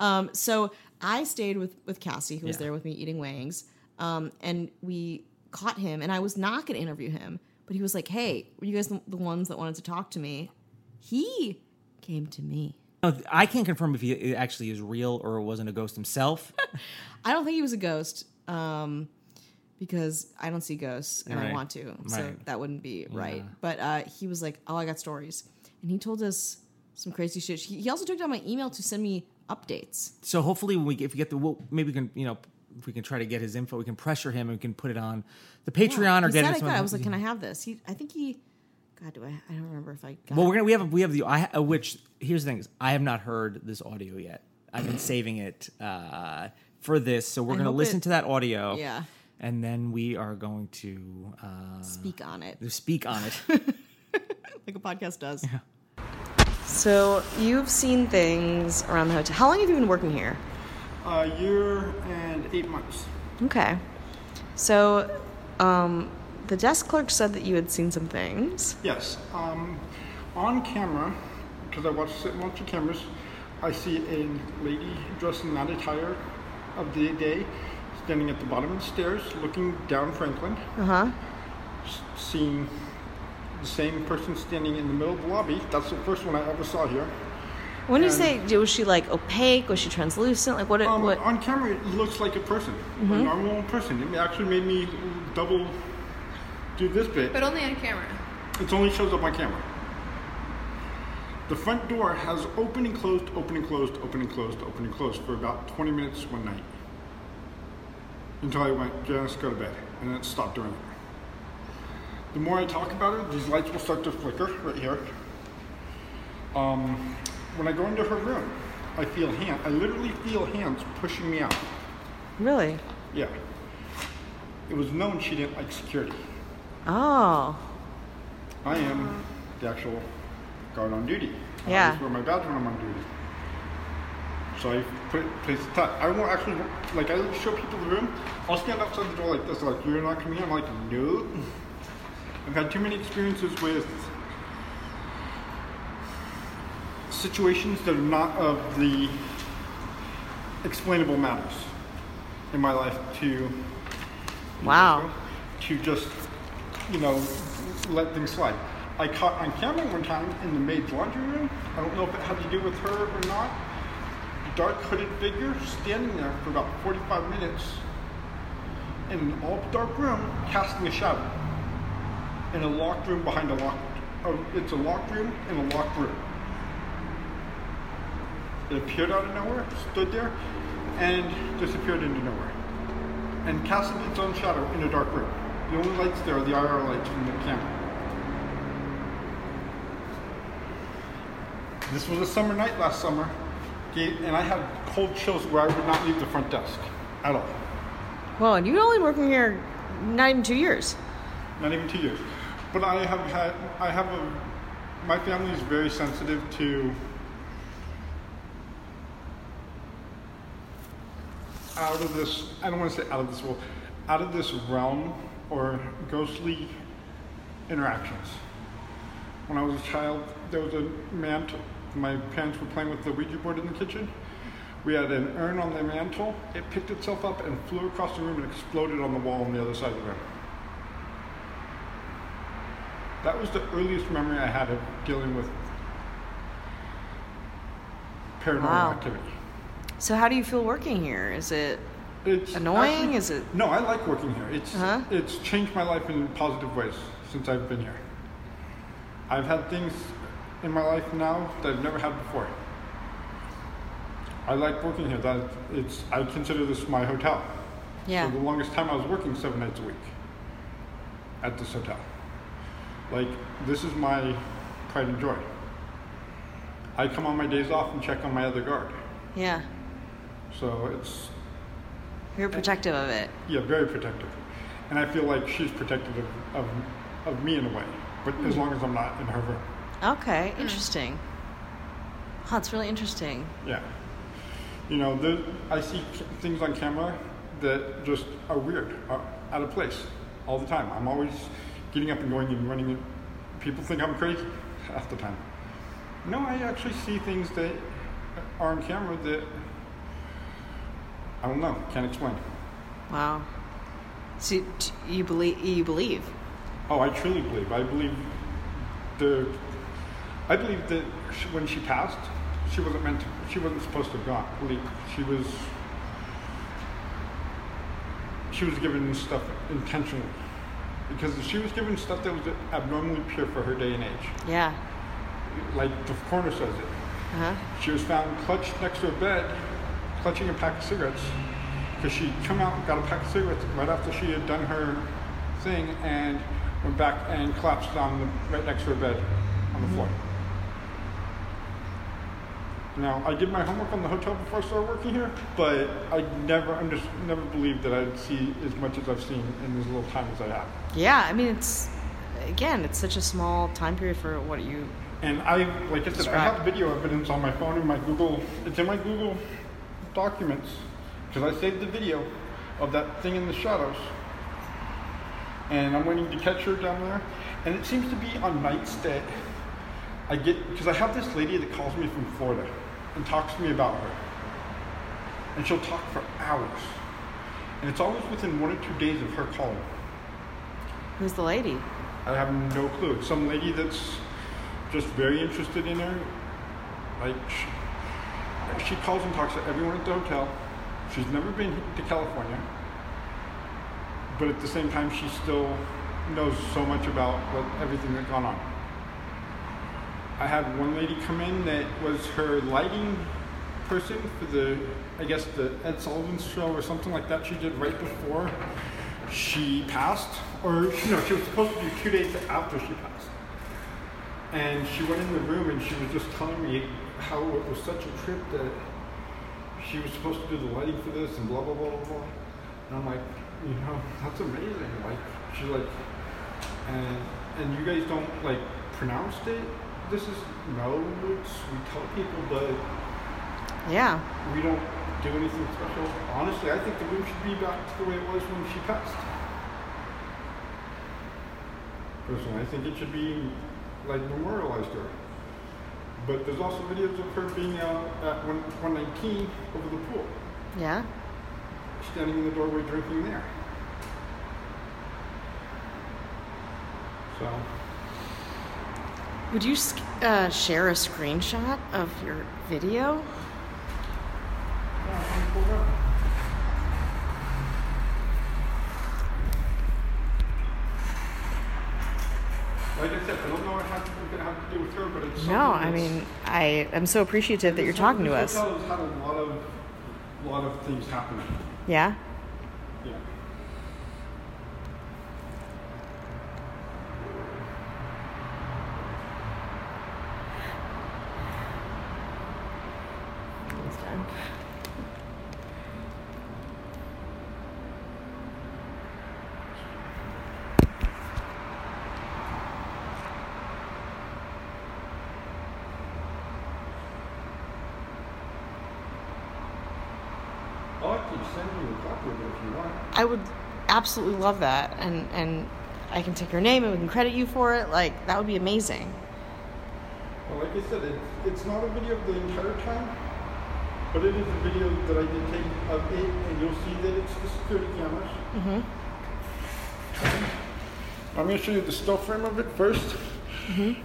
Speaker 3: Um, so I stayed with with Cassie, who was
Speaker 11: Yeah.
Speaker 3: there with me eating wings, um, and we caught him. And I was not going to interview him, but he was like, "Hey, were you guys the, the ones that wanted to talk to me?" He came to me.
Speaker 2: No, I can't confirm if he it actually is real or it wasn't a ghost himself.
Speaker 3: I don't think he was a ghost, um, because I don't see ghosts and I
Speaker 2: Right.
Speaker 3: want to, so
Speaker 2: Right.
Speaker 3: that wouldn't be right.
Speaker 2: Yeah.
Speaker 3: But uh, he was like, "Oh, I got stories," and he told us
Speaker 11: some crazy shit. He he also took down my email to send me updates.
Speaker 2: So hopefully, when we get, if we get the, we'll, maybe we can, you know, if we can try to get his info, we can pressure him and we can put it on the Patreon or
Speaker 11: he
Speaker 2: get
Speaker 11: said
Speaker 2: it.
Speaker 11: I could.
Speaker 2: somewhere.
Speaker 11: I was like, can I have this? He, I think he. God, do I? I don't remember if I. Got
Speaker 2: Well, we're gonna we have we have the I uh, which here's the thing is I have not heard this audio yet. I've been saving it uh, for this, so we're
Speaker 11: I
Speaker 2: gonna
Speaker 11: hope
Speaker 2: listen
Speaker 11: it-
Speaker 2: to that audio.
Speaker 11: Yeah.
Speaker 2: And then we are going to uh,
Speaker 11: Speak on it.
Speaker 2: Speak on it.
Speaker 11: like a podcast does.
Speaker 3: So you've seen things around the hotel. How long have you been working here?
Speaker 12: A Uh, year and eight months.
Speaker 3: Okay. So um, the desk clerk said that you had seen some things.
Speaker 12: Yes. Um, on camera, because I watch sit watch the cameras, I see a lady dressed in that attire of the day, standing at the bottom of the stairs, looking down Franklin,
Speaker 3: Uh huh.
Speaker 12: s- seeing the same person standing in the middle of the lobby. That's the first one I ever saw here.
Speaker 3: When you
Speaker 11: um,
Speaker 12: And-
Speaker 3: say, was she like opaque? Was she translucent? Like what? it-
Speaker 12: Um,
Speaker 3: what?
Speaker 12: On camera, it looks like a person, a
Speaker 13: Mm-hmm.
Speaker 3: Mhm.
Speaker 12: normal person. It actually made me double do this bit.
Speaker 13: But only on camera.
Speaker 12: It only shows up on camera. The front door has open and closed, open and closed, open and closed, open and closed for about 20 minutes one night. Until I went, just go to bed. And then it stopped doing it. The more I talk about it, these lights will start to flicker right here. Um, when I go into her room, I feel hand. I literally feel hands pushing me out.
Speaker 3: Really?
Speaker 12: Yeah. It was known she didn't like security.
Speaker 3: Oh.
Speaker 12: I am the actual guard on duty. I
Speaker 3: Yeah.
Speaker 12: always wear my badge when I'm on duty. So I put place the tie. I won't actually like I show people the room. I'll stand outside the door like this, like you're not coming in. I'm like no. I've had too many experiences with situations that are not of the explainable matters in my life to
Speaker 3: Wow.
Speaker 12: to just you know let things slide. I caught on camera one time in the maid's laundry room. I don't know if it had to do with her or not. Dark hooded figure standing there for about 45 minutes in an all dark room, casting a shadow in a locked room behind a locked. Oh, it's a locked room in a locked room. It appeared out of nowhere, stood there, and disappeared into nowhere. And casted its own shadow in a dark room. The only lights there are the IR lights from the camera. This was a summer night last summer, ga- and I had cold chills where I would not leave the front desk at all.
Speaker 3: Whoa. And you've only been working here not even two years.
Speaker 12: Not even two years. But I have had, I have a, my family is very sensitive to out of this, I don't want to say out of this world, out of this realm or ghostly interactions. When I was a child, there was a mantle. My parents were playing with the Ouija board in the kitchen. We had an urn on the mantle. It picked itself up and flew across the room and exploded on the wall on the other side of the room. That was the earliest memory I had of dealing with paranormal
Speaker 3: Wow.
Speaker 12: activity.
Speaker 3: So how do you feel working here? Is it
Speaker 12: It's
Speaker 3: annoying?
Speaker 12: actually-
Speaker 3: Is it?
Speaker 12: No, I like working here. It's
Speaker 3: Uh-huh.
Speaker 12: it's changed my life in positive ways since I've been here. I've had things in my life now that I've never had before. I like working here. That it's I consider this my hotel.
Speaker 11: Yeah.
Speaker 12: For the longest time, I was working seven nights a week at this hotel. Like this is my pride and joy. I come on my days off and check on my other guard.
Speaker 3: Yeah.
Speaker 12: So it's
Speaker 3: You're protective of it.
Speaker 12: yeah, very protective. And I feel like she's protective of, of, of me in a way, but as
Speaker 3: Hmm.
Speaker 12: long as I'm not in her room.
Speaker 3: Okay. Interesting. Huh. It's really interesting.
Speaker 12: Yeah. You know, there, I see c- things on camera that just are weird, are out of place all the time. I'm always getting up and going and running. And people think I'm crazy half the time. No, I actually see things that are on camera that I don't know, can't explain.
Speaker 3: Wow. So you, t- you believe? You believe?
Speaker 12: Oh, I truly believe. I believe the. I believe that sh when she passed, she wasn't meant. To, she wasn't supposed to have gone. Believe she was. She was given stuff intentionally, because she was given stuff that was abnormally pure for her day and age.
Speaker 3: Yeah.
Speaker 12: like the corner says it.
Speaker 3: Uh-huh.
Speaker 12: She was found clutched next to a bed, clutching a pack of cigarettes, because she'd come out and got a pack of cigarettes right after she had done her thing and went back and collapsed on the, right next to her bed on the floor. Now, I did my homework on the hotel before I started working here, but I never under, never believed that I'd see as much as I've seen in as little time as I have.
Speaker 3: Yeah, I mean, it's again, it's such a small time period for what you.
Speaker 12: And I, like I said, I have video evidence on my phone and my Google. It's in my Google documents because I saved the video of that thing in the shadows. And I'm waiting to catch her down there. And it seems to be on nights that I get because I have this lady that calls me from Florida and talks to me about her. And she'll talk for hours. And it's always within one or two days of her calling.
Speaker 3: Who's the lady?
Speaker 12: I have no clue. It's some lady that's just very interested in her. Like, she, she calls and talks to everyone at the hotel. She's never been to California. But at the same time, she still knows so much about what, everything that's gone on. I had one lady come in that was her lighting person for the, I guess, the Ed Sullivan show or something like that she did right before she passed. Or, you know, she was supposed to do two days after she passed. And she went in the room and she was just telling me how it was such a trip that she was supposed to do the lighting for this and blah, blah, blah, blah, blah. And I'm like, you know, that's amazing. Like, she's like, and, and you guys don't like pronounce it? This is, no, it's, we tell people, but
Speaker 3: Yeah.
Speaker 12: we don't do anything special. Honestly, I think the room should be back to the way it was when she passed. Personally, I think it should be like memorialized to her. But there's also videos of her being out at one- 119 over the pool,
Speaker 3: Yeah.
Speaker 12: standing in the doorway drinking there. So,
Speaker 3: Would you sc- uh, share a screenshot of your video?
Speaker 12: like I said, I don't know what hap- what it had to do with her, but it's something
Speaker 3: No, I
Speaker 12: that's-
Speaker 3: mean, I am so appreciative that you're talking to
Speaker 12: This
Speaker 3: us.
Speaker 12: hotel has had a lot of, lot of things happening.
Speaker 3: Yeah.
Speaker 12: Yeah. I can send you a copy of it if you want.
Speaker 3: I would absolutely love that, and and I can take your name and we can credit you for it. Like that would be amazing.
Speaker 12: Well, like I said, it, it's not a video of the entire time, but it is a video that I did take of it, and you'll see that it's the security cameras.
Speaker 3: Mm-hmm.
Speaker 12: I'm going to show you the still frame of it 1st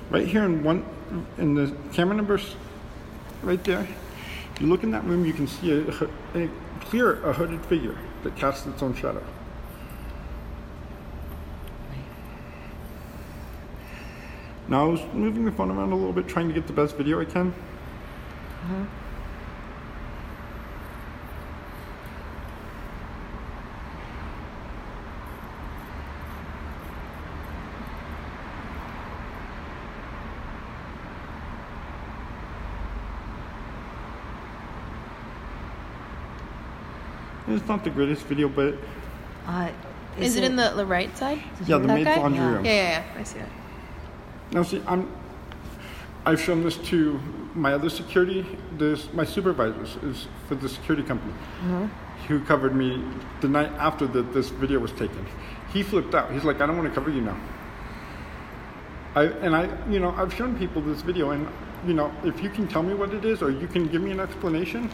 Speaker 12: Right here in one, in the camera numbers, right there. If you look in that room, you can see a, ho- a clear, a hooded figure that casts its own shadow. Now I was moving the phone around a little bit, trying to get the best video I can.
Speaker 3: Uh-huh.
Speaker 12: It's not the greatest video, but
Speaker 3: Uh,
Speaker 12: Is it in
Speaker 3: the, the right side?
Speaker 12: Yeah, the That maid's guy? laundry room. Yeah,
Speaker 3: yeah, I see it.
Speaker 12: Now, see, I'm. I've shown this to my other security. This my supervisors is for the security company, who covered me the night after that this video was taken. He flipped out. He's like, "I don't want to cover you now." I and I, you know, I've shown people this video, and you know, if you can tell me what it is or you can give me an explanation,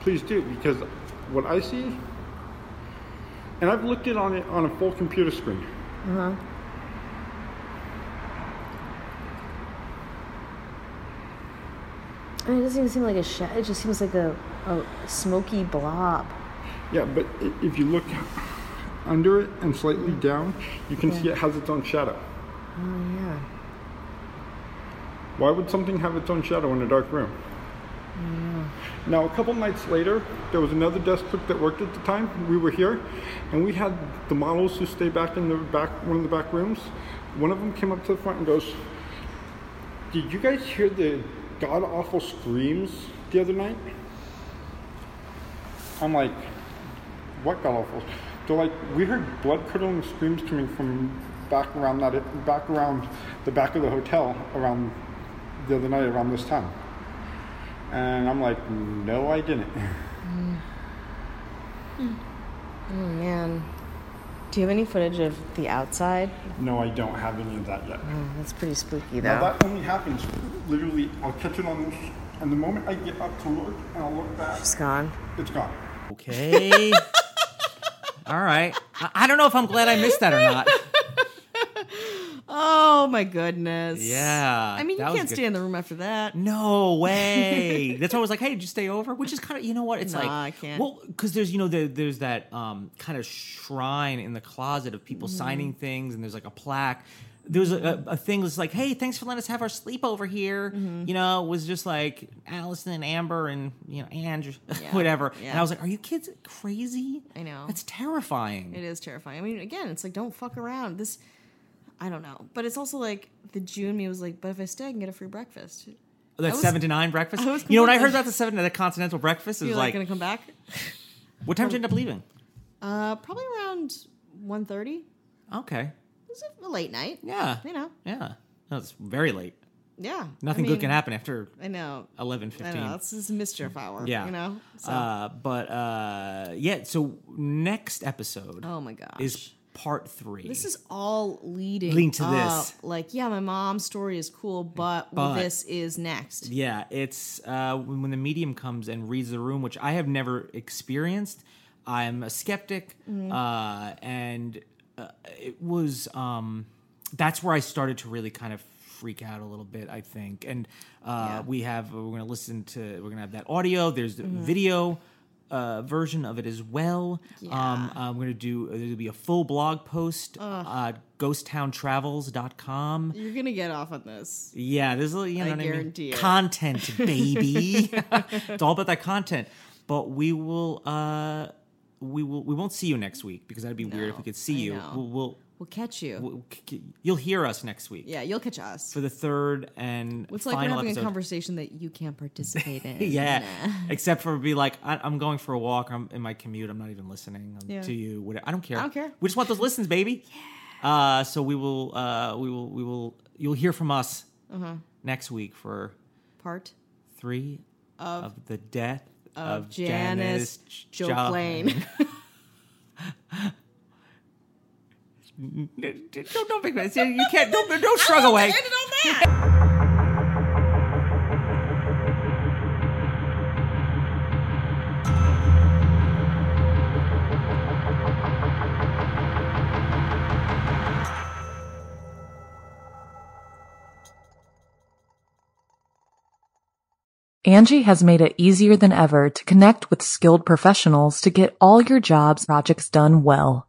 Speaker 12: please do because what I see, and I've looked it on it on a full computer screen.
Speaker 3: Uh-huh. I mean, it doesn't even seem like a shadow. It just seems like a, a smoky blob.
Speaker 12: Yeah, but i- if you look under it and slightly down, you can see it has its own shadow.
Speaker 3: Oh yeah.
Speaker 12: Why would something have its own shadow in a dark room? Now, a couple nights later, there was another desk clerk that worked at the time. We were here, and we had the models who stay back in the back, one of the back rooms. One of them came up to the front and goes, "Did you guys hear the god awful screams the other night?" I'm like, "What god awful?" They're like, "We heard blood curdling screams coming from back around that back around the back of the hotel around the other night around this time." And I'm like, no, I didn't.
Speaker 14: Oh man, do you have any footage of the outside?
Speaker 12: No, I don't have any of that yet.
Speaker 14: Oh, that's pretty spooky though.
Speaker 12: Now that only happens literally. I'll catch it on, and the moment I get up to look, and I'll look back.
Speaker 14: It's gone.
Speaker 12: It's gone.
Speaker 2: Okay. All right. I, I don't know if I'm glad I missed that or not.
Speaker 3: Oh my goodness.
Speaker 2: Yeah,
Speaker 3: I mean, you
Speaker 2: that was
Speaker 3: can't
Speaker 2: good.
Speaker 3: stay in the room after that.
Speaker 2: No way. That's why I was like, hey, did you stay over? Which is kind of, you know what? It's
Speaker 3: Nah,
Speaker 2: like,
Speaker 3: I can't.
Speaker 2: well, because there's, you know, there, there's that um, kind of shrine in the closet of people
Speaker 3: Mhm.
Speaker 2: signing things, and there's like a plaque. There was a, a, a thing that's like, hey, thanks for letting us have our sleepover here.
Speaker 3: Mm-hmm.
Speaker 2: You know, it was just like Allison and Amber and, you know, Andrew, whatever. And
Speaker 3: yeah.
Speaker 2: I was like, are you kids crazy?
Speaker 3: I know.
Speaker 2: That's terrifying.
Speaker 3: It is terrifying. I mean, again, it's like don't fuck around. This, I don't know, but it's also like the June me was like, but if I stay, I can get a free breakfast.
Speaker 2: Oh, That
Speaker 3: I was-
Speaker 2: seven to nine breakfast.
Speaker 3: I was
Speaker 2: You know, when I heard
Speaker 3: confused.
Speaker 2: about the seven to the continental breakfast, it
Speaker 3: You're
Speaker 2: was like,
Speaker 3: like gonna come back?
Speaker 2: what time did you end up leaving?
Speaker 3: Uh, probably around 1.30. It
Speaker 2: Okay.
Speaker 3: was a late night.
Speaker 2: Yeah.
Speaker 3: you know,
Speaker 2: Yeah. No, it's very late.
Speaker 3: yeah.
Speaker 2: Nothing
Speaker 3: I
Speaker 2: good can
Speaker 3: mean,
Speaker 2: happen after
Speaker 3: I know.
Speaker 2: eleven
Speaker 3: I
Speaker 2: fifteen.
Speaker 3: know. It's this mischief hour.
Speaker 2: Yeah.
Speaker 3: you know. So
Speaker 2: Uh, but uh, yeah, so next episode.
Speaker 3: Oh my gosh.
Speaker 2: Is part three.
Speaker 3: this is all leading
Speaker 2: Linked to
Speaker 3: up.
Speaker 2: this.
Speaker 3: Like, yeah, my mom's story is cool, but,
Speaker 2: But-
Speaker 3: this is next.
Speaker 2: Yeah, it's uh, when when the medium comes and reads the room, which I have never experienced. I'm a skeptic,
Speaker 3: Mhm.
Speaker 2: uh, and uh, it was um, that's where I started to really kind of freak out a little bit. I think, and uh, we have we're going to listen to we're going to have that audio. There's the
Speaker 15: Mhm.
Speaker 2: video. Uh, version of it as well. Um, I'm going to do, there'll be a full blog post,
Speaker 3: Ugh.
Speaker 2: uh, ghosttowntravels.com.
Speaker 3: You're gonna get off on this.
Speaker 2: Yeah, this is you know
Speaker 3: I
Speaker 2: what I
Speaker 3: guarantee
Speaker 2: mean.
Speaker 3: it.
Speaker 2: Content, baby. it's all about that content. But we will uh we will we won't see you next week because that'd be weird if we could see you.
Speaker 3: I know.
Speaker 2: We'll, we'll
Speaker 3: We'll catch you.
Speaker 2: we'll- you'll hear us next week
Speaker 3: yeah, you'll catch us.
Speaker 2: for the third and
Speaker 3: It's like we're
Speaker 2: final
Speaker 3: having
Speaker 2: episode.
Speaker 3: a conversation that you can't participate in.
Speaker 2: yeah,
Speaker 3: Nah.
Speaker 2: except for be like I, I'm going for a walk. I'm in my commute. I'm not even listening um,
Speaker 3: Yeah.
Speaker 2: to you. Whatever. I don't care.
Speaker 3: I don't care.
Speaker 2: We just want those listens, baby. Uh, so we will uh we will we will you'll hear from us
Speaker 3: Uh-huh.
Speaker 2: next week for
Speaker 3: Part
Speaker 2: three
Speaker 3: Of-
Speaker 2: of, the death
Speaker 3: of
Speaker 2: of,
Speaker 3: Janice
Speaker 2: Janice,
Speaker 3: Jo Plain.
Speaker 2: N- n- don't don't make that. You can't. Don't don't shrug away.
Speaker 10: Angie has made it easier than ever to connect with skilled professionals to get all your jobs projects done well.